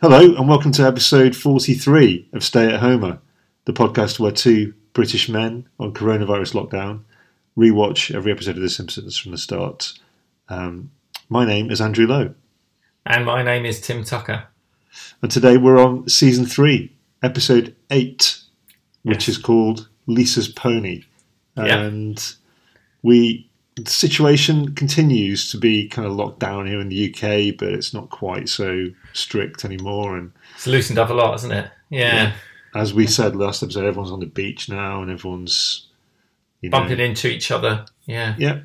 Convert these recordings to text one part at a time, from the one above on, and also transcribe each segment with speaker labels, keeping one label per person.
Speaker 1: Hello, and welcome to episode 43 of Stay at Homer, the podcast where two British men on coronavirus lockdown rewatch every episode of The Simpsons from the start. Um, my name is Andrew Lowe,
Speaker 2: And my name is Tim Tucker.
Speaker 1: and today we're on season three, episode eight, which
Speaker 2: Yes.
Speaker 1: is called Lisa's Pony.
Speaker 2: Yeah.
Speaker 1: And we. The situation continues to be kind of locked down here in the UK, but it's not quite so strict anymore. And
Speaker 2: It's loosened up a lot, isn't it? Yeah.
Speaker 1: as we said last episode, everyone's on the beach now and everyone's you know,
Speaker 2: Bumping into each other. Yeah.
Speaker 1: Yeah,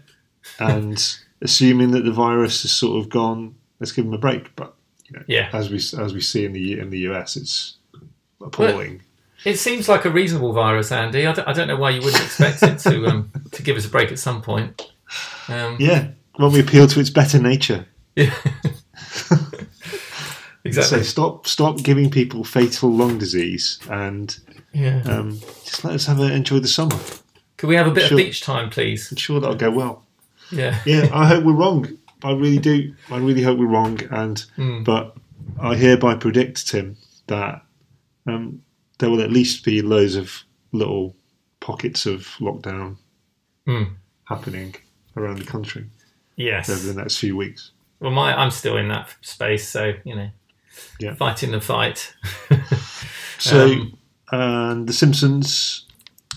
Speaker 1: and assuming that the virus is sort of gone, let's give them a break. But you know,
Speaker 2: Yeah.
Speaker 1: as we as we see in the U- in the US, it's appalling.
Speaker 2: It seems like a reasonable virus, Andy. I don't, I don't know why you wouldn't expect it to um, to give us a break at some point. Um,
Speaker 1: yeah, when we appeal to its better nature,
Speaker 2: yeah. exactly.
Speaker 1: so stop stop giving people fatal lung disease and
Speaker 2: yeah.
Speaker 1: um, just let us have a, enjoy the summer.
Speaker 2: Could we have a bit
Speaker 1: sure.
Speaker 2: of beach time, please?
Speaker 1: I'm sure that'll go well.
Speaker 2: Yeah.
Speaker 1: yeah, I hope we're wrong. I really do. I really hope we're wrong. And
Speaker 2: Hmm.
Speaker 1: but I hereby predict, Tim, that um, there will at least be loads of little pockets of lockdown
Speaker 2: Mm.
Speaker 1: happening around the country over
Speaker 2: Yes.
Speaker 1: the next few weeks.
Speaker 2: Well, my I'm still in that space, so you know,
Speaker 1: Yeah.
Speaker 2: fighting the fight.
Speaker 1: So,
Speaker 2: Um,
Speaker 1: and The Simpsons,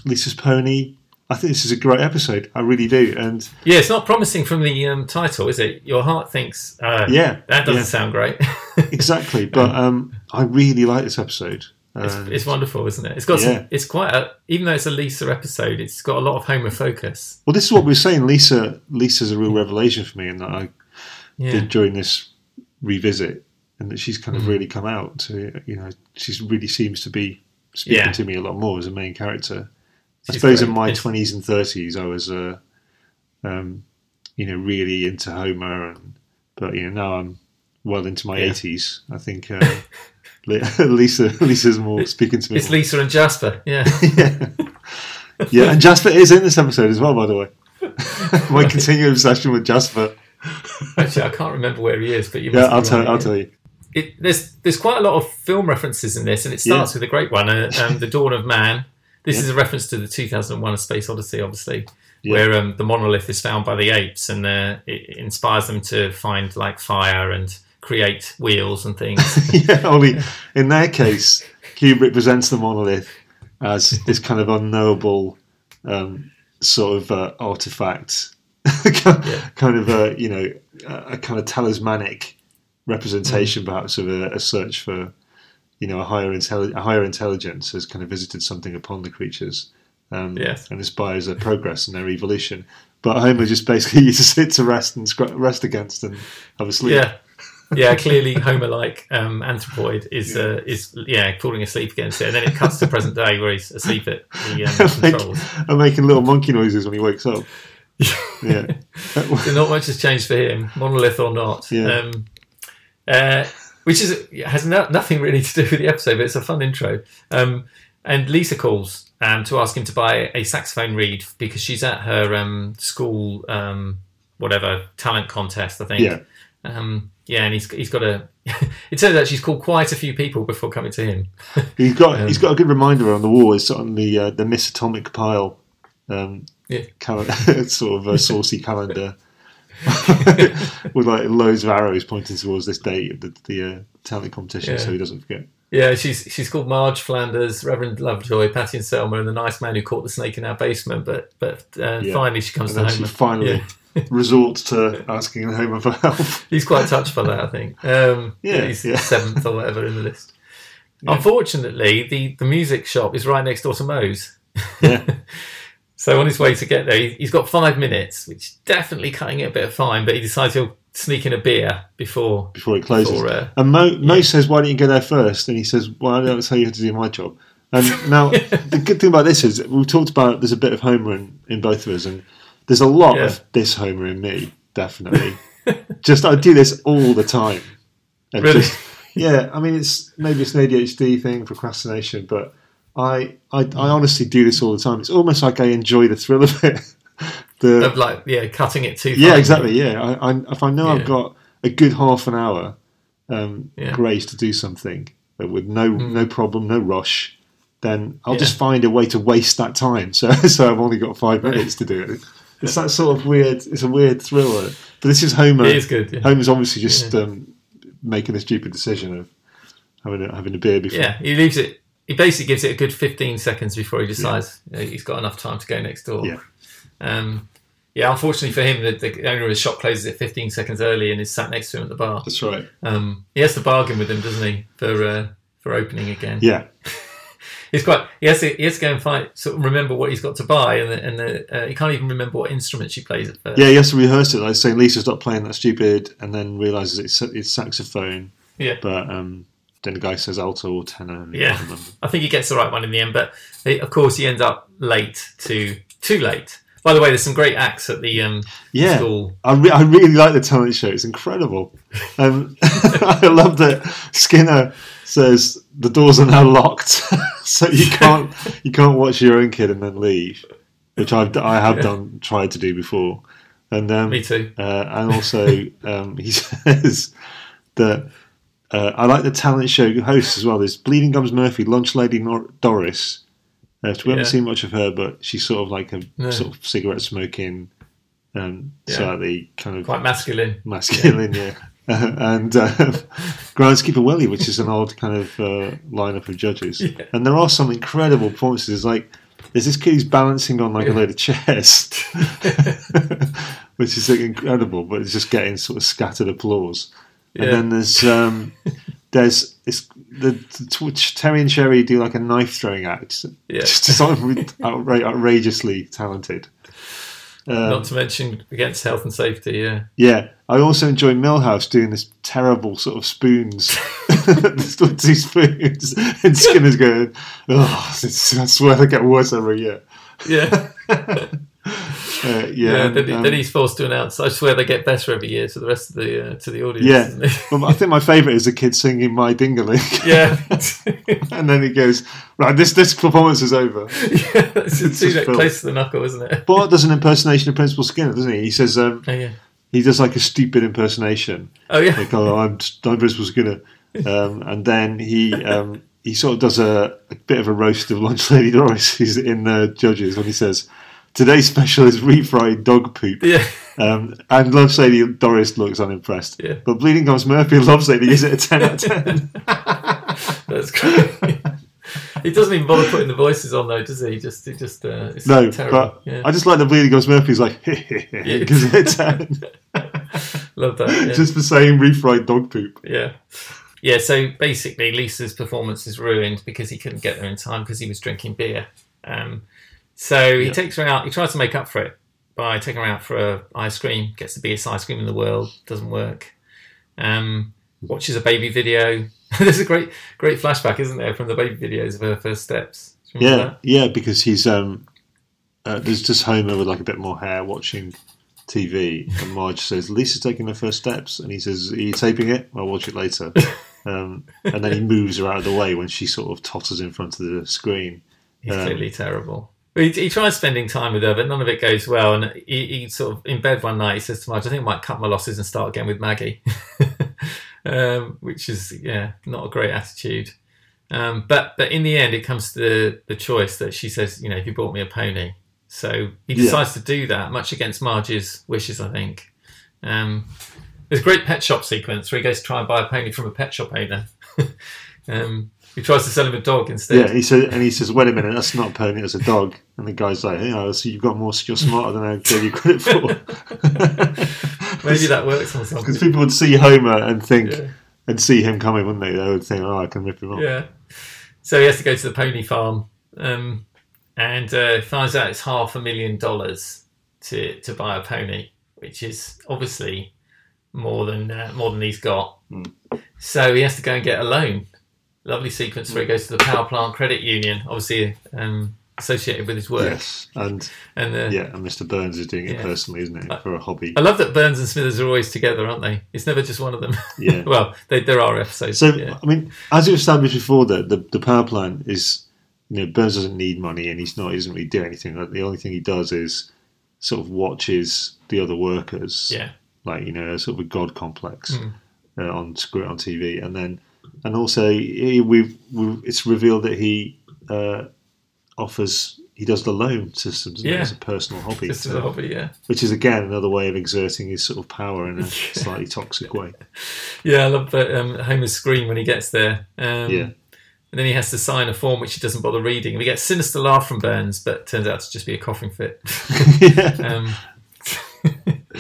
Speaker 1: Lisa's Pony. I think this is a great episode. I really do. And
Speaker 2: Yeah, it's not promising from the um, title, is it? Your heart thinks. Uh,
Speaker 1: Yeah,
Speaker 2: that doesn't
Speaker 1: yeah.
Speaker 2: sound great.
Speaker 1: exactly, but um, I really like this episode.
Speaker 2: it's,
Speaker 1: And-
Speaker 2: it's wonderful, isn't it? It's got.
Speaker 1: Yeah.
Speaker 2: Some, it's quite a. Even though it's a Lisa episode, it's got a lot of Homer focus.
Speaker 1: well, this is what we were saying. Lisa, Lisa's a real revelation for me, in that I
Speaker 2: Yeah, Mm.
Speaker 1: did during this revisit, and that she's kind of really come out to you know she's really seems to be speaking
Speaker 2: Yeah.
Speaker 1: to me a lot more as a main character. I
Speaker 2: She's
Speaker 1: suppose
Speaker 2: great.
Speaker 1: in my
Speaker 2: It's-
Speaker 1: twenties and thirties, I was, uh, um, you know, really into Homer, and but you know now I'm well into my
Speaker 2: Yeah.
Speaker 1: eighties. I think uh, Li- Lisa Lisa's more speaking to me.
Speaker 2: it's Lisa and Jasper. Yeah,
Speaker 1: yeah. yeah, and Jasper is in this episode as well, by the way. my continuing obsession with Jasper.
Speaker 2: actually, I can't remember where he is, but you.
Speaker 1: Yeah,
Speaker 2: must
Speaker 1: I'll
Speaker 2: be
Speaker 1: tell.
Speaker 2: right,
Speaker 1: I'll
Speaker 2: yeah.
Speaker 1: tell you.
Speaker 2: It, there's there's quite a lot of film references in this, and it starts with a great one, uh, um, the Dawn of Man. This is a reference to the 2001: A Space Odyssey, obviously,
Speaker 1: Yeah.
Speaker 2: where um, the monolith is found by the apes, and uh, it inspires them to find like fire and create wheels and things.
Speaker 1: yeah, only in their case, Kubrick presents the monolith as this kind of unknowable um, sort of uh, artifact, kind of a you know a a kind of talismanic
Speaker 2: Mm.
Speaker 1: representation, perhaps of a, a search for you know a higher intelli- a higher intelligence has kind of visited something upon the creatures. Um,
Speaker 2: Yes.
Speaker 1: and inspires their progress and their evolution. But Homer just basically uses it to rest and scr- rest against and have a sleep.
Speaker 2: yeah, yeah, clearly Homer-like um, anthropoid is uh, is yeah falling asleep against it, and then it cuts to present day where he's asleep at the um,
Speaker 1: Like-
Speaker 2: controls.
Speaker 1: and making little monkey noises when he wakes up. Yeah.
Speaker 2: So not much has changed for him, monolith or not.
Speaker 1: Yeah.
Speaker 2: Um, uh, which is has no, nothing really to do with the episode, but it's a fun intro. Um, and Lisa calls um, to ask him to buy a saxophone reed because she's at her um, school, um, whatever talent contest, I think.
Speaker 1: Yeah.
Speaker 2: Um, yeah, and he's he's got a. it turns out she's called quite a few people before coming to him.
Speaker 1: He's got he's got a good reminder on the wall. It's on the uh, the Miss Atomic pile, um,
Speaker 2: Yeah.
Speaker 1: cal- sort of a saucy calendar with like loads of arrows pointing towards this date of the, the uh, talent competition,
Speaker 2: Yeah.
Speaker 1: so he doesn't forget.
Speaker 2: Yeah, she's she's called Marge Flanders, Reverend Lovejoy, Patty and Selma, and the nice man who caught the snake in our basement. But but uh,
Speaker 1: Yeah.
Speaker 2: finally she comes
Speaker 1: And then
Speaker 2: to
Speaker 1: she
Speaker 2: Homer.
Speaker 1: finally resorts to asking Homer for help.
Speaker 2: He's quite touched by that, I think. Um,
Speaker 1: Yeah,
Speaker 2: he's
Speaker 1: yeah.
Speaker 2: seventh or whatever in the list. Unfortunately, the the music shop is right next door to Moe's.
Speaker 1: Yeah.
Speaker 2: So on his way to get there, he- he's got five minutes, which is definitely cutting it a bit of fine. But he decides he'll sneak in a beer before.
Speaker 1: before it closes.
Speaker 2: Before, uh,
Speaker 1: and Mo, Mo says, "Why don't you go there first? And he says, "Well, that's how you have to do my job." And now the good thing about this is we've talked about there's a bit of Homer in, in both of us, and there's a lot
Speaker 2: Yeah.
Speaker 1: of this Homer in me, definitely. just I do this all the time. And
Speaker 2: Really?
Speaker 1: just- yeah, I mean it's maybe it's an ADHD thing, procrastination, but I, I I honestly do this all the time. It's almost like I enjoy the thrill of it. the
Speaker 2: Of like yeah, cutting it too.
Speaker 1: yeah,
Speaker 2: fine.
Speaker 1: exactly. Yeah, I, I, if I know
Speaker 2: Yeah.
Speaker 1: I've got a good half an hour, um,
Speaker 2: Yeah. Mm.
Speaker 1: grace to do something uh, with no no problem, no rush, then I'll
Speaker 2: Yeah.
Speaker 1: just find a way to waste that time. So so I've only got five minutes to do it. It's that sort of weird. It's a weird thriller, but this is Homer.
Speaker 2: It is good. Yeah.
Speaker 1: Homer's obviously just um, making a stupid decision of having a, having a beer before.
Speaker 2: Yeah, he leaves it. He basically gives it a good 15 seconds before he decides you know, he's got enough time to go next door.
Speaker 1: Yeah.
Speaker 2: Um, yeah, unfortunately for him, the, the owner of the shop closes at 15 seconds early and is sat next to him at the bar.
Speaker 1: That's right.
Speaker 2: Um, he has to bargain with him, doesn't he, for uh, for opening again?
Speaker 1: Yeah,
Speaker 2: He's quite. He has to. He has to go and find. Sort of remember what he's got to buy, and the, and the, uh, he can't even remember what instrument she plays at first.
Speaker 1: yeah. He has to rehearse it. Like saying Lisa, stop playing that stupid, and then realizes it's it's saxophone.
Speaker 2: Yeah.
Speaker 1: But um, then the guy says alto or tenor. and he
Speaker 2: Yeah.
Speaker 1: can't remember.
Speaker 2: I think he gets the right one in the end, but he- of course he ends up late to too late. By the way, there's some great acts at the um,
Speaker 1: Yeah.
Speaker 2: school.
Speaker 1: I, re- I really like the talent show. It's incredible. Um, I love that Skinner says the doors are now locked, so you can't you can't watch your own kid and then leave, which I've d- I have done tried to do before, and um,
Speaker 2: Me too.
Speaker 1: uh, and also um, he says that uh, I like the talent show hosts as well. There's Bleeding Gums Murphy, Lunch Lady Nor- Doris. Uh, so we haven't
Speaker 2: Yeah.
Speaker 1: seen much of her, but she's sort of like a
Speaker 2: No.
Speaker 1: sort of cigarette smoking, um,
Speaker 2: Yeah.
Speaker 1: slightly kind of
Speaker 2: Quite masculine.
Speaker 1: masculine, yeah. and uh, groundskeeper Willie, which is an odd kind of uh, lineup of judges.
Speaker 2: Yeah.
Speaker 1: And there are some incredible performances. Like there's this kid who's balancing on like a load of chairs, which is like, incredible, but it's just getting sort of scattered applause.
Speaker 2: Yeah.
Speaker 1: And then there's um, there's it's the, the Twitch, Terry and Sherry do like a knife throwing act.
Speaker 2: Yeah.
Speaker 1: Just sort of outra- outrageously talented. Um,
Speaker 2: Not to mention against health and safety. Yeah.
Speaker 1: yeah, I also enjoy Millhouse doing this terrible sort of spoons, This one, two spoons, and Skinner's going, oh, it's, I swear they get worse every year.
Speaker 2: Yeah.
Speaker 1: Uh, yeah,
Speaker 2: yeah
Speaker 1: and,
Speaker 2: then, he-
Speaker 1: um,
Speaker 2: then he's forced to announce. I swear they get better every year to the rest of the uh, to the audience.
Speaker 1: Yeah.
Speaker 2: Isn't he?
Speaker 1: well, I think my favourite is the kid singing "My Dingaling,"
Speaker 2: yeah.
Speaker 1: and then he goes, "Right, this this performance is over."
Speaker 2: yeah. It's,
Speaker 1: It's
Speaker 2: too
Speaker 1: just filth.
Speaker 2: close to the knuckle, isn't it?
Speaker 1: Bart does an impersonation of Principal Skinner, doesn't he? He says um,
Speaker 2: Oh yeah.
Speaker 1: he does like a stupid impersonation,
Speaker 2: Oh yeah.
Speaker 1: like oh, I'm I'm Principal Skinner, um, and then he um, he sort of does a, a bit of a roast of Lunch Lady Doris, who's in the judges when he says today's special is refried dog poop,
Speaker 2: Yeah.
Speaker 1: um, and Lunch Lady Doris looks unimpressed,
Speaker 2: Yeah.
Speaker 1: but Bleeding Gums Murphy loves Lady gives it a ten out of ten.
Speaker 2: That's great. he doesn't even bother putting the voices on though, does he? He Just, he just, uh, it's
Speaker 1: No,
Speaker 2: terrible.
Speaker 1: but
Speaker 2: yeah.
Speaker 1: I just like that Bleeding Gums Murphy's like
Speaker 2: Yeah.
Speaker 1: gives it a ten,
Speaker 2: love that. Yeah.
Speaker 1: just for saying refried dog poop.
Speaker 2: yeah. Yeah, so basically, Lisa's performance is ruined because he couldn't get there in time because he was drinking beer. Um, so he
Speaker 1: Yeah.
Speaker 2: takes her out. He tries to make up for it by taking her out for a ice cream. Gets the biggest ice cream in the world. Doesn't work. Um, watches a baby video. There's a great, great flashback, isn't there, from the baby videos of her first steps? Do you
Speaker 1: Yeah,
Speaker 2: remember
Speaker 1: yeah, because he's um, uh, there's just Homer with like a bit more hair watching TV, and Marge says Lisa's taking her first steps, and he says, "Are you taping it? I'll watch it later." um, and then he moves her out of the way when she sort of totters in front of the screen.
Speaker 2: He's
Speaker 1: Um,
Speaker 2: clearly terrible. He, he tries spending time with her, but none of it goes well. And he, he sort of in bed one night, he says to Marge, "I think I might cut my losses and start again with Maggie," um, which is yeah, not a great attitude. Um, but but in the end, it comes to the, the choice that she says, you know, if you bought me a pony, so he
Speaker 1: Yeah.
Speaker 2: decides to do that, much against Marge's wishes, I think. Um, there's a great pet shop sequence where he goes to try and buy a pony from a pet shop owner. um, he tries to sell him a dog instead.
Speaker 1: Yeah, he says, and he says, "Wait a minute, that's not a pony, that's a dog." And the guy's like, "You know, so you've got more. You're smarter than I gave you credit for."
Speaker 2: Maybe that works on something.
Speaker 1: because people would see Homer and think
Speaker 2: Yeah.
Speaker 1: and see him coming, wouldn't they? They would think, "Oh, I can rip him off."
Speaker 2: Yeah. So he has to go to the pony farm um, and uh, finds out it's half a million dollars to, to buy a pony, which is obviously more than uh, more than he's got.
Speaker 1: Hmm.
Speaker 2: So he has to go and get a loan. Lovely sequence where he goes to the power plant credit union, obviously um, associated with his work.
Speaker 1: Yes, and
Speaker 2: And uh,
Speaker 1: Yeah, and Mr. Burns is doing it
Speaker 2: Yeah. Uh,
Speaker 1: personally, isn't it, for a hobby?
Speaker 2: I love that Burns and Smithers are always together, aren't they? It's never just one of them.
Speaker 1: Yeah.
Speaker 2: well, they, there are episodes.
Speaker 1: So,
Speaker 2: yeah.
Speaker 1: I mean, as we established before, that the, the power plant is, you know, Burns doesn't need money, and he's not he doesn't really do anything. Like, the only thing he does is sort of watches the other workers,
Speaker 2: yeah. Hmm.
Speaker 1: like you know, sort of a god complex. uh, on Screw It on TV, and then and also he, we've, we it's revealed that he uh, offers he does the loan systems
Speaker 2: Yeah.
Speaker 1: as a personal hobby,
Speaker 2: Just as a hobby, yeah.
Speaker 1: which is again another way of exerting his sort of power in a slightly toxic way.
Speaker 2: Yeah, I love that um, Homer's scream when he gets there. Um,
Speaker 1: Yeah.
Speaker 2: And then he has to sign a form which he doesn't bother reading. And we get a sinister laugh from Burns, but turns out to just be a coughing fit.
Speaker 1: yeah.
Speaker 2: um,
Speaker 1: Yeah.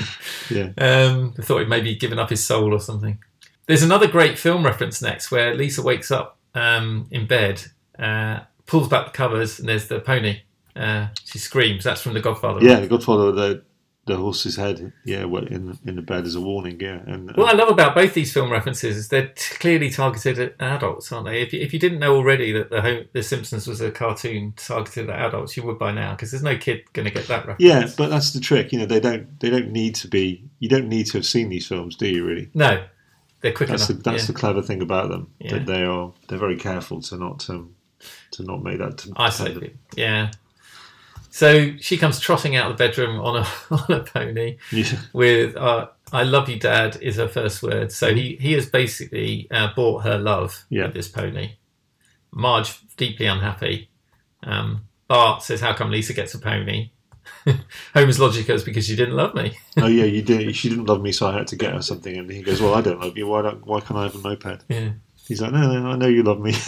Speaker 2: Um, I thought he'd maybe given up his soul or something. There's another great film reference next where Lisa wakes up um, in bed, uh, pulls back the covers, and there's the pony. Uh, she screams. That's from The Godfather. right?
Speaker 1: Yeah, the Godfather, the the horse's head, yeah, well, in in the bed is a warning, yeah, and um,
Speaker 2: What I love about both these film references is they're t- clearly targeted at adults, aren't they? If you, if you didn't know already that the Home, The Simpsons was a cartoon targeted at adults, you would by now because there's no kid going to get that reference.
Speaker 1: yeah, but that's the trick, you know. They don't they don't need to be. You don't need to have seen these films, do you? Really,
Speaker 2: No, they're quick
Speaker 1: that's the,
Speaker 2: enough.
Speaker 1: that's
Speaker 2: yeah.
Speaker 1: the clever thing about them.
Speaker 2: Yeah.
Speaker 1: That they are they're very careful to not um, to not make that. To,
Speaker 2: Isolate it. Yeah. So she comes trotting out of the bedroom on a on a pony
Speaker 1: Yeah.
Speaker 2: with uh, "I love you, Dad" is her first word. So he he has basically uh, bought her love
Speaker 1: Yeah.
Speaker 2: with this pony. Marge deeply unhappy. Um, Bart says, "How come Lisa gets a pony?" Homer's logic is because she didn't love me.
Speaker 1: oh yeah, you did. She didn't love me, so I had to get her something. And he goes, "Well, I don't love you. Why don't? Why can't I have a moped?"
Speaker 2: Yeah.
Speaker 1: He's like, "No, no, I know you love me."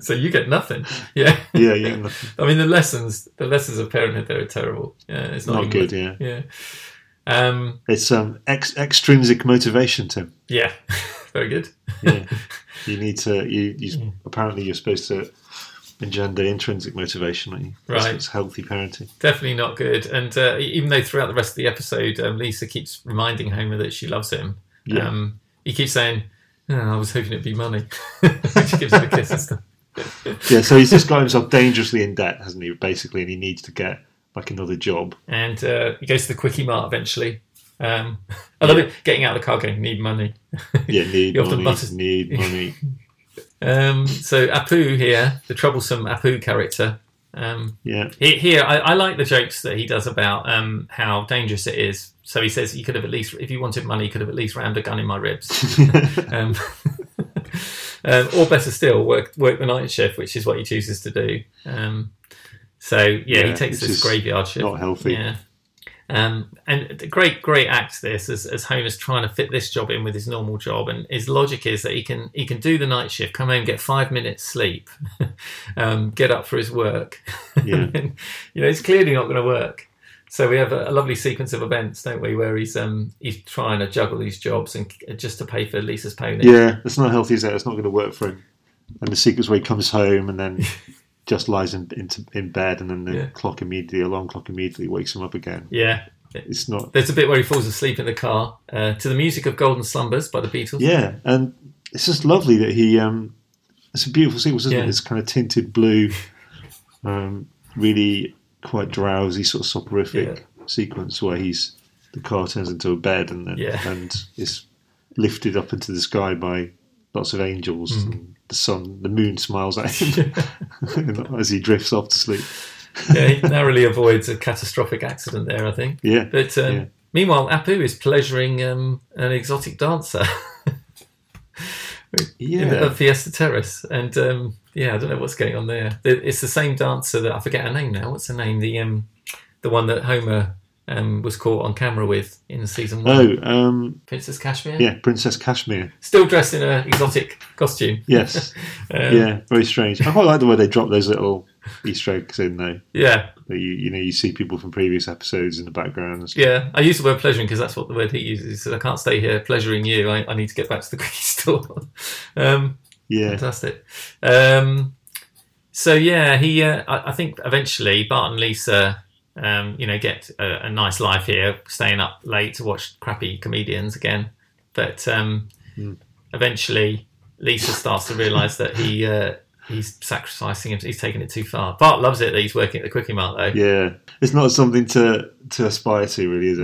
Speaker 2: so you get nothing. Yeah.
Speaker 1: yeah, yeah, nothing.
Speaker 2: I mean the lessons the lessons of parenthood there are terrible. Yeah, it's not,
Speaker 1: not
Speaker 2: even
Speaker 1: good. Yeah,
Speaker 2: Yeah. Um,
Speaker 1: it's um ex- extrinsic motivation, Tim.
Speaker 2: yeah. Very good.
Speaker 1: yeah. You need to. You, you
Speaker 2: Hmm.
Speaker 1: apparently you're supposed to engender intrinsic motivation, aren't you? That's-
Speaker 2: Right.
Speaker 1: that's healthy parenting.
Speaker 2: Definitely not good. And uh, even though throughout the rest of the episode, um, Lisa keeps reminding Homer that she loves him,
Speaker 1: Yeah.
Speaker 2: um, he keeps saying, "Oh, I was hoping it'd be money. she gives him a kiss and stuff.
Speaker 1: Yeah. So he's just got himself dangerously in debt, hasn't he? Basically, and he needs to get like another job.
Speaker 2: And uh, he goes to the quickie mart eventually. Um, I love it getting out of the car going, need money.
Speaker 1: Yeah. Need
Speaker 2: You have to
Speaker 1: money.
Speaker 2: butter-
Speaker 1: Need money.
Speaker 2: Um, so Apu here, the troublesome Apu character, um,
Speaker 1: Yeah.
Speaker 2: He- Here, I, I like the jokes that he does about um, how dangerous it is. So he says, "You could have at least, if you wanted money, you could have at least rammed a gun in my ribs." um, um, or better still, work work the night shift, which is what he chooses to do. Um, so yeah, he
Speaker 1: Yeah,
Speaker 2: takes
Speaker 1: which
Speaker 2: this
Speaker 1: is
Speaker 2: graveyard shift.
Speaker 1: Not healthy.
Speaker 2: Yeah. Um, and a great, great act this as, as Homer's trying to fit this job in with his normal job, and his logic is that he can he can do the night shift, come home, get five minutes sleep, um, get up for his work.
Speaker 1: Yeah.
Speaker 2: And, you know, it's clearly not going to work. So we have a, a lovely sequence of events, don't we, where he's um he's trying to juggle these jobs and uh, just to pay for Lisa's pony.
Speaker 1: Yeah. That's not healthy, is it? It's not going to work for him. And the secret's where he comes home and then. Just lies in in, in bed, and then the
Speaker 2: Yeah.
Speaker 1: clock immediately, alarm clock immediately wakes him up again.
Speaker 2: Yeah.
Speaker 1: It's not
Speaker 2: There's a bit where he falls asleep in the car uh, to the music of Golden Slumbers by the Beatles.
Speaker 1: Yeah, and it's just lovely that he. Um, it's a beautiful sequence, isn't
Speaker 2: Yeah.
Speaker 1: it? It's kind of tinted blue, um, really quite drowsy, sort of soporific sequence where he's the car turns into a bed and then
Speaker 2: Yeah.
Speaker 1: and is lifted up into the sky by lots of angels.
Speaker 2: Hmm.
Speaker 1: And the sun, the moon smiles at him as he drifts off to sleep.
Speaker 2: yeah, he narrowly avoids a catastrophic accident there, I think.
Speaker 1: Yeah,
Speaker 2: But um,
Speaker 1: Yeah.
Speaker 2: meanwhile, Apu is pleasuring um, an exotic dancer in the,
Speaker 1: yeah,
Speaker 2: at Fiesta Terrace, and um, yeah, I don't know what's going on there. It- It's the same dancer that I forget her name now. What's her name? The um, the one that Homer um, was caught on camera with in season one,
Speaker 1: Oh, um,
Speaker 2: Princess Cashmere.
Speaker 1: yeah, Princess Kashmir.
Speaker 2: Still dressed in an exotic costume.
Speaker 1: Yes,
Speaker 2: Um,
Speaker 1: yeah, very strange. I quite like the way they drop those little Easter eggs in though.
Speaker 2: yeah,
Speaker 1: that you you know you see people from previous episodes in the background. And stuff.
Speaker 2: yeah. I use the word pleasuring because that's what the word he uses. He says, I can't stay here pleasuring you. I, I need to get back to the cookie store. um,
Speaker 1: Yeah,
Speaker 2: Fantastic. Um, so yeah, he. Uh, I, I think eventually Bart and Lisa, um, you know, get a, a nice life here, staying up late to watch crappy comedians again. But um, eventually, Lisa starts to realise that he uh, he's sacrificing him. He's taking it too far. Bart loves it that he's working at the quickie mart though.
Speaker 1: yeah. It's not something to to aspire to, really, is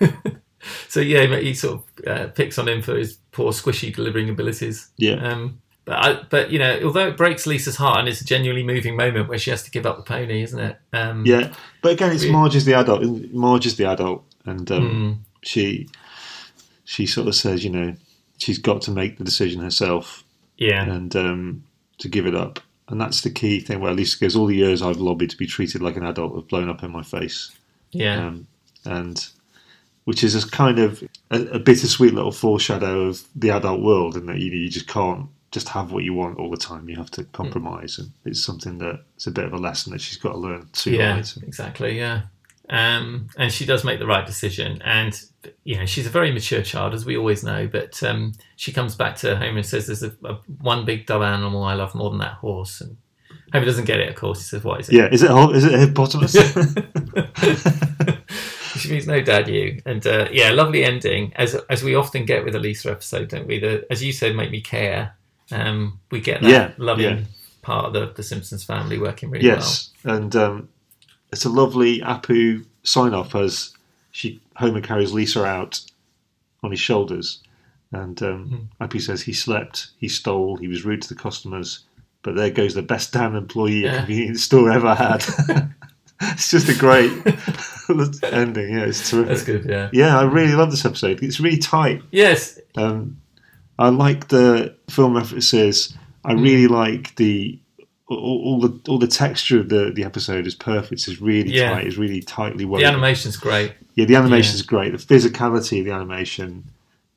Speaker 1: it?
Speaker 2: so yeah, he- he sort of uh, picks on him for his poor squishy delivering abilities.
Speaker 1: Yeah,
Speaker 2: Um, but I, but you know, although it breaks Lisa's heart and it's a genuinely moving moment where she has to give up the pony, isn't it? Um,
Speaker 1: yeah. But again, it's
Speaker 2: we-
Speaker 1: Marge is the adult. isn't it? Marge is the adult, and um,
Speaker 2: mm,
Speaker 1: she she sort of says, you know, she's got to make the decision herself
Speaker 2: yeah,
Speaker 1: and um, to give it up. And that's the key thing where Lisa goes, All the years I've lobbied to be treated like an adult have blown up in my face.
Speaker 2: yeah,
Speaker 1: Um, and which is a kind of a, a bittersweet little foreshadow of the adult world, in that you, you just can't just have what you want all the time. You have to compromise. And it's something that it's a bit of a lesson that she's got to learn sooner or
Speaker 2: yeah,
Speaker 1: later.
Speaker 2: exactly, yeah. Um, and she does make the right decision, and you know she's a very mature child, as we always know. But um, she comes back to Homer and says, "There's a, a one big dumb animal I love more than that horse." And Homer doesn't get it, of course. He says, "What is it?"
Speaker 1: Yeah, is it a, is it a hippopotamus?
Speaker 2: she means no dad you and uh, yeah lovely ending as as we often get with a lisa episode don't we the as you said make me care um we get that
Speaker 1: Yeah,
Speaker 2: loving
Speaker 1: yeah.
Speaker 2: part of the, the simpsons family working really
Speaker 1: yes, and um, it's a lovely Apu sign off as she Homer carries Lisa out on his shoulders, and um,
Speaker 2: Hmm.
Speaker 1: Apu says he slept, he stole, he was rude to the customers, but there goes the best damn employee a
Speaker 2: Yeah.
Speaker 1: convenience store ever had. it's just a great ending. Yeah, it's
Speaker 2: well
Speaker 1: terrific.
Speaker 2: that's good yeah
Speaker 1: Yeah, I really love this episode. It's really tight.
Speaker 2: yes
Speaker 1: Um, I like the film references. I
Speaker 2: Hmm.
Speaker 1: really like the all, all the all the texture of the, the episode is perfect. It's really
Speaker 2: Yeah.
Speaker 1: tight. It's really tightly
Speaker 2: the
Speaker 1: woven.
Speaker 2: animation's great
Speaker 1: yeah, the animation is great. The physicality of the animation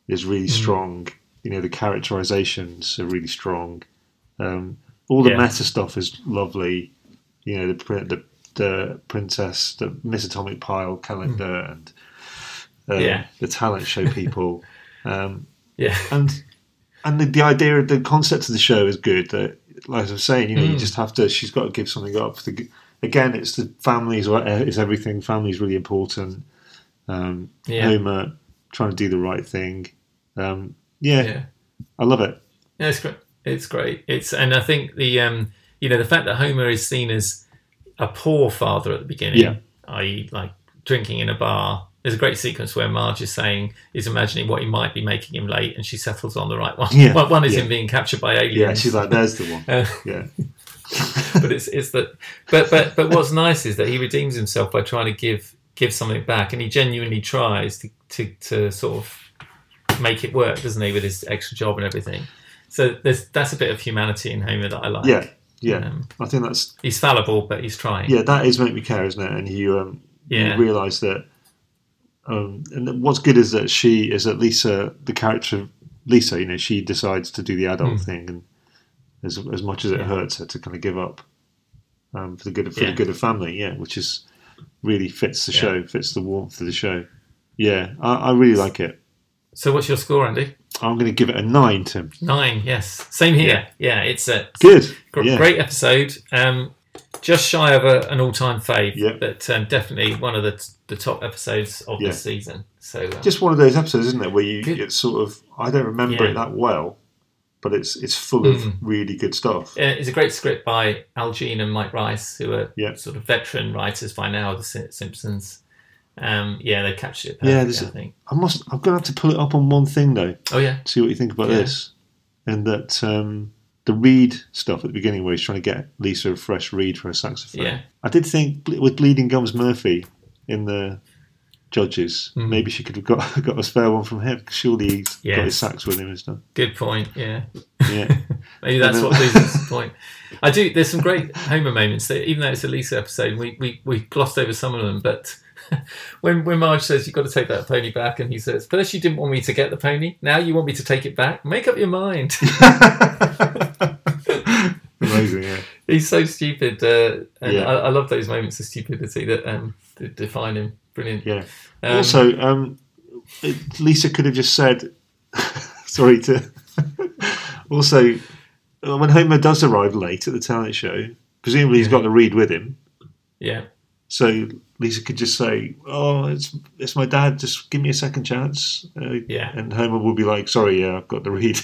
Speaker 1: is really
Speaker 2: Hmm.
Speaker 1: strong. You know, the characterizations are really strong. Um, all the
Speaker 2: Yeah.
Speaker 1: meta stuff is lovely. You know, the pr- the, the princess, the Miss Atomic Pile calendar, and um,
Speaker 2: Hmm. Yeah.
Speaker 1: the talent show people. um,
Speaker 2: yeah
Speaker 1: and and the, the idea of the concept of the show is good. That, like I was saying, you know,
Speaker 2: Mm.
Speaker 1: you just have to. She's got to give something up. To, g- again, it's the families is everything. Family's really important. Um,
Speaker 2: Yeah.
Speaker 1: Homer trying to do the right thing. Um, yeah,
Speaker 2: yeah
Speaker 1: I love it.
Speaker 2: Yeah, it's great. It's great. It's and I think the um, you know, the fact that Homer is seen as a poor father at the beginning,
Speaker 1: Yeah.
Speaker 2: i.e., like drinking in a bar. There's a great sequence where Marge is saying is imagining what he might be making him late, and she settles on the right one.
Speaker 1: Yeah,
Speaker 2: Well, one is
Speaker 1: yeah.
Speaker 2: him being captured by aliens.
Speaker 1: Yeah, she's like, there's the one.
Speaker 2: Uh,
Speaker 1: Yeah,
Speaker 2: but it's it's that. But but but what's nice is that he redeems himself by trying to give give something back, and he genuinely tries to to, to sort of make it work, doesn't he, with his extra job and everything. So there's that's a bit of humanity in Homer that I like.
Speaker 1: yeah, yeah.
Speaker 2: Um,
Speaker 1: I think that's
Speaker 2: he's fallible, but he's trying.
Speaker 1: yeah. That is make me care, isn't it? And you um,
Speaker 2: Yeah.
Speaker 1: you realise that. Um, and what's good is that she is that Lisa, the character of Lisa, you know, she decides to do the adult
Speaker 2: Hmm.
Speaker 1: thing, and as as much as it hurts her to kind of give up um, for the good of, for
Speaker 2: Yeah.
Speaker 1: the good of family, yeah, which is really fits the show, fits the warmth of the show. Yeah, I, I really like it.
Speaker 2: So what's your score, Andy?
Speaker 1: I'm going to give it a nine, Tim.
Speaker 2: Nine. Yes. Same here. Yeah. it's a
Speaker 1: Good.
Speaker 2: gr-
Speaker 1: yeah.
Speaker 2: great episode. Um, just shy of a, an all-time fave,
Speaker 1: Yeah.
Speaker 2: but um, definitely one of the t- the top episodes of
Speaker 1: Yeah.
Speaker 2: the season. So um,
Speaker 1: just one of those episodes, isn't it? Where you
Speaker 2: Good.
Speaker 1: it's sort of I don't remember
Speaker 2: Yeah. Hmm.
Speaker 1: it that well, but it's it's full of really good stuff.
Speaker 2: Uh, it's a great script by Al Jean and Mike Rice, who are
Speaker 1: Yeah.
Speaker 2: sort of veteran writers by now of The Sim- Simpsons. Um, yeah, they captured it
Speaker 1: Yeah,
Speaker 2: perfectly,
Speaker 1: this
Speaker 2: I
Speaker 1: is-
Speaker 2: think.
Speaker 1: I must. I'm going to have to pull it up on one thing though.
Speaker 2: Oh, yeah.
Speaker 1: See what you think about
Speaker 2: Yeah.
Speaker 1: this, and that um, the reed stuff at the beginning where he's trying to get Lisa a fresh reed for a saxophone.
Speaker 2: Yeah.
Speaker 1: I did think ble- with Bleeding Gums Murphy in the judges,
Speaker 2: Mm-hmm.
Speaker 1: maybe she could have got got a spare one from him. Surely he's got
Speaker 2: Yes.
Speaker 1: his sax with him and stuff.
Speaker 2: Good point. Yeah.
Speaker 1: Yeah,
Speaker 2: Maybe that's
Speaker 1: then-
Speaker 2: what Lisa's point. I do. There's some great Homer moments. That, even though it's a Lisa episode, we, we, we glossed over some of them. But when when Marge says you've got to take that pony back, and he says, first you didn't want me to get the pony, now you want me to take it back. Make up your mind.
Speaker 1: amazing. Yeah,
Speaker 2: He's so stupid. Uh, and
Speaker 1: Yeah.
Speaker 2: I, I love those moments of stupidity that um, d- define him. Brilliant.
Speaker 1: yeah.
Speaker 2: Um,
Speaker 1: also, um, it- Lisa could have just said, "Sorry to." also, uh, when Homer does arrive late at the talent show, presumably he's got the reed with him,
Speaker 2: yeah,
Speaker 1: so Lisa could just say, "Oh, it's it's my dad. Just give me a second chance." Uh,
Speaker 2: Yeah.
Speaker 1: and Homer will be like, "Sorry, yeah, I've got the reed."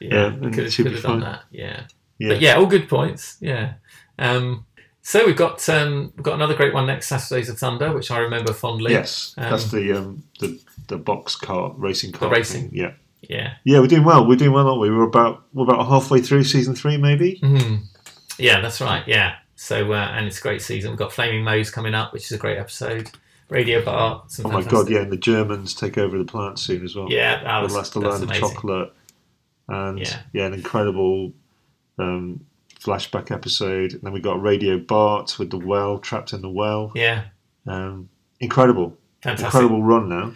Speaker 2: yeah,
Speaker 1: and it
Speaker 2: could,
Speaker 1: should
Speaker 2: could
Speaker 1: be
Speaker 2: have done
Speaker 1: fine.
Speaker 2: that. Yeah.
Speaker 1: Yeah.
Speaker 2: but yeah, all good points. Yeah. Um, so we've got um, we've got another great one next Saturdays of Thunder, which I remember fondly.
Speaker 1: yes,
Speaker 2: Um,
Speaker 1: that's the um, the the box car racing car
Speaker 2: racing.
Speaker 1: Thing. Yeah,
Speaker 2: yeah,
Speaker 1: yeah, we're doing well. We're doing well, aren't we? We're about we're about halfway through season three, maybe.
Speaker 2: Mhm. yeah, that's right. Yeah. So uh, and it's a great season. We've got Flaming Moe's coming up, which is a great episode. radio bar. some
Speaker 1: Oh my
Speaker 2: fantastic-
Speaker 1: god, yeah, and the Germans take over the plant soon as well.
Speaker 2: Yeah, that
Speaker 1: the
Speaker 2: was
Speaker 1: last
Speaker 2: that's
Speaker 1: to learn
Speaker 2: amazing.
Speaker 1: chocolate, and yeah.
Speaker 2: Yeah.
Speaker 1: an incredible um, flashback episode. And then we got Radio Bart with the well trapped in the well.
Speaker 2: Yeah,
Speaker 1: Um, incredible,
Speaker 2: fantastic.
Speaker 1: incredible run now.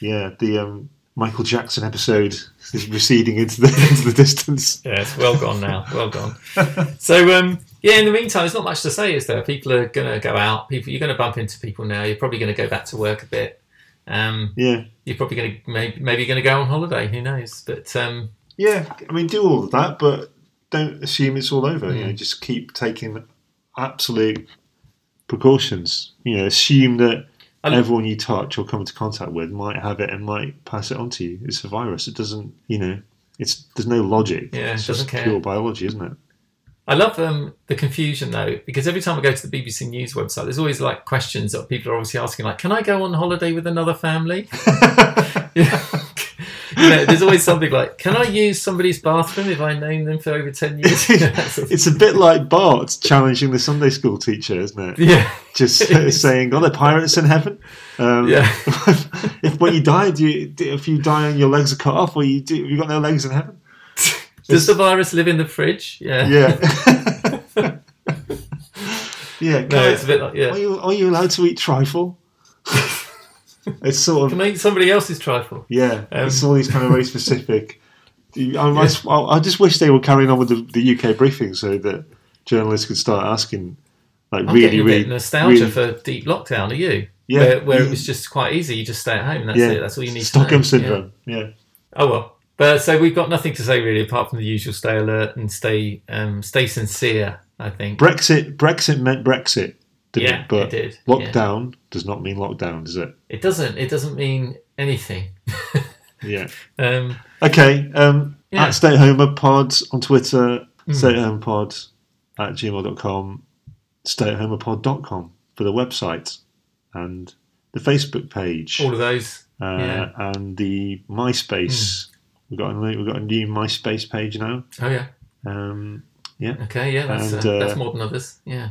Speaker 1: Yeah, the um, Michael Jackson episode is receding into the into the distance.
Speaker 2: Yeah, it's well gone now. Well gone. so um, yeah, in the meantime, there's not much to say, is there? People are going to go out. People, you're going to bump into people now. You're probably going to go back to work a bit. Um,
Speaker 1: Yeah,
Speaker 2: you're probably going to maybe, maybe going to go on holiday. Who knows? But um,
Speaker 1: yeah. I mean, do all of that, but don't assume it's all over.
Speaker 2: Mm.
Speaker 1: You know, just keep taking absolute precautions. You know, assume that
Speaker 2: I lo-
Speaker 1: everyone you touch or come into contact with might have it and might pass it on to you. It's a virus. It doesn't. You know, it's there's no logic.
Speaker 2: Yeah,
Speaker 1: it's
Speaker 2: it doesn't
Speaker 1: just
Speaker 2: care.
Speaker 1: pure biology, isn't it?
Speaker 2: I love um, the confusion though, because every time I go to the BBC News website, there's always like questions that people are obviously asking, like, "Can I go on holiday with another family?" Yeah. you know, there's always something like, "Can I use somebody's bathroom if I known them for over ten years?" That sort of-
Speaker 1: it's a bit like Bart challenging the Sunday school teacher, isn't it?
Speaker 2: yeah,
Speaker 1: Just
Speaker 2: It is.
Speaker 1: saying, "Oh, "Are there pirates in heaven?" Um,
Speaker 2: Yeah.
Speaker 1: if when you die, do you, if you die and your legs are cut off, or you do, you got no legs in heaven?
Speaker 2: does the virus live in the fridge? Yeah,
Speaker 1: Yeah. Oh, yeah.
Speaker 2: No,
Speaker 1: can I-
Speaker 2: it's a bit like
Speaker 1: Are
Speaker 2: yeah.
Speaker 1: you are you allowed to eat trifle? it's sort of
Speaker 2: Can I eat somebody else's trifle?
Speaker 1: yeah.
Speaker 2: Um,
Speaker 1: it's all these kind of very specific. I, I, I just wish they were carrying on with the, the UK briefing so that journalists could start asking like
Speaker 2: I'm
Speaker 1: really
Speaker 2: getting a bit
Speaker 1: really
Speaker 2: nostalgia
Speaker 1: really-
Speaker 2: for deep lockdown. Are you?
Speaker 1: Yeah.
Speaker 2: where, where
Speaker 1: Yeah.
Speaker 2: it was just quite easy. You just stay at home. and That's
Speaker 1: yeah
Speaker 2: it. That's all you need.
Speaker 1: Stockholm
Speaker 2: to know. Yeah.
Speaker 1: syndrome. Yeah.
Speaker 2: Oh well. But so we've got nothing to say really, apart from the usual: stay alert and stay um, stay sincere. I think.
Speaker 1: Brexit Brexit meant Brexit. Didn't
Speaker 2: Yeah,
Speaker 1: it? But
Speaker 2: it did, yeah.
Speaker 1: lockdown does not mean lockdown, does it?
Speaker 2: It doesn't. It doesn't mean anything.
Speaker 1: Yeah.
Speaker 2: um,
Speaker 1: Okay. Um,
Speaker 2: Yeah. Hmm.
Speaker 1: At Stay at Homer Pods on Twitter, Stay at Home Pod at gmail.com, Stay at com for the website and the Facebook page
Speaker 2: all of those.
Speaker 1: uh,
Speaker 2: yeah. Hmm.
Speaker 1: and the MySpace. We've, got a, new- we've got a new MySpace page now.
Speaker 2: Oh yeah.
Speaker 1: Um,
Speaker 2: Okay. Yeah. That's,
Speaker 1: And,
Speaker 2: uh,
Speaker 1: uh,
Speaker 2: that's more than others. Yeah.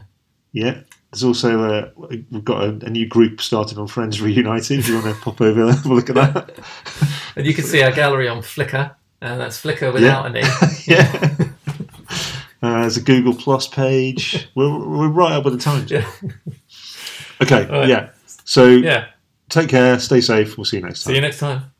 Speaker 1: yeah. There's also a, we've got a, a new group started on Friends Reunited. If you want to pop over and have a look at that,
Speaker 2: And you can see our gallery on Flickr. Uh, that's Flickr without an E.
Speaker 1: yeah. Uh, there's a Google Plus page. We're, we're right up with the times.
Speaker 2: Yeah.
Speaker 1: Okay.
Speaker 2: All right.
Speaker 1: Yeah. So
Speaker 2: Yeah. E.
Speaker 1: take care. Stay safe. We'll see you next time.
Speaker 2: See you next time.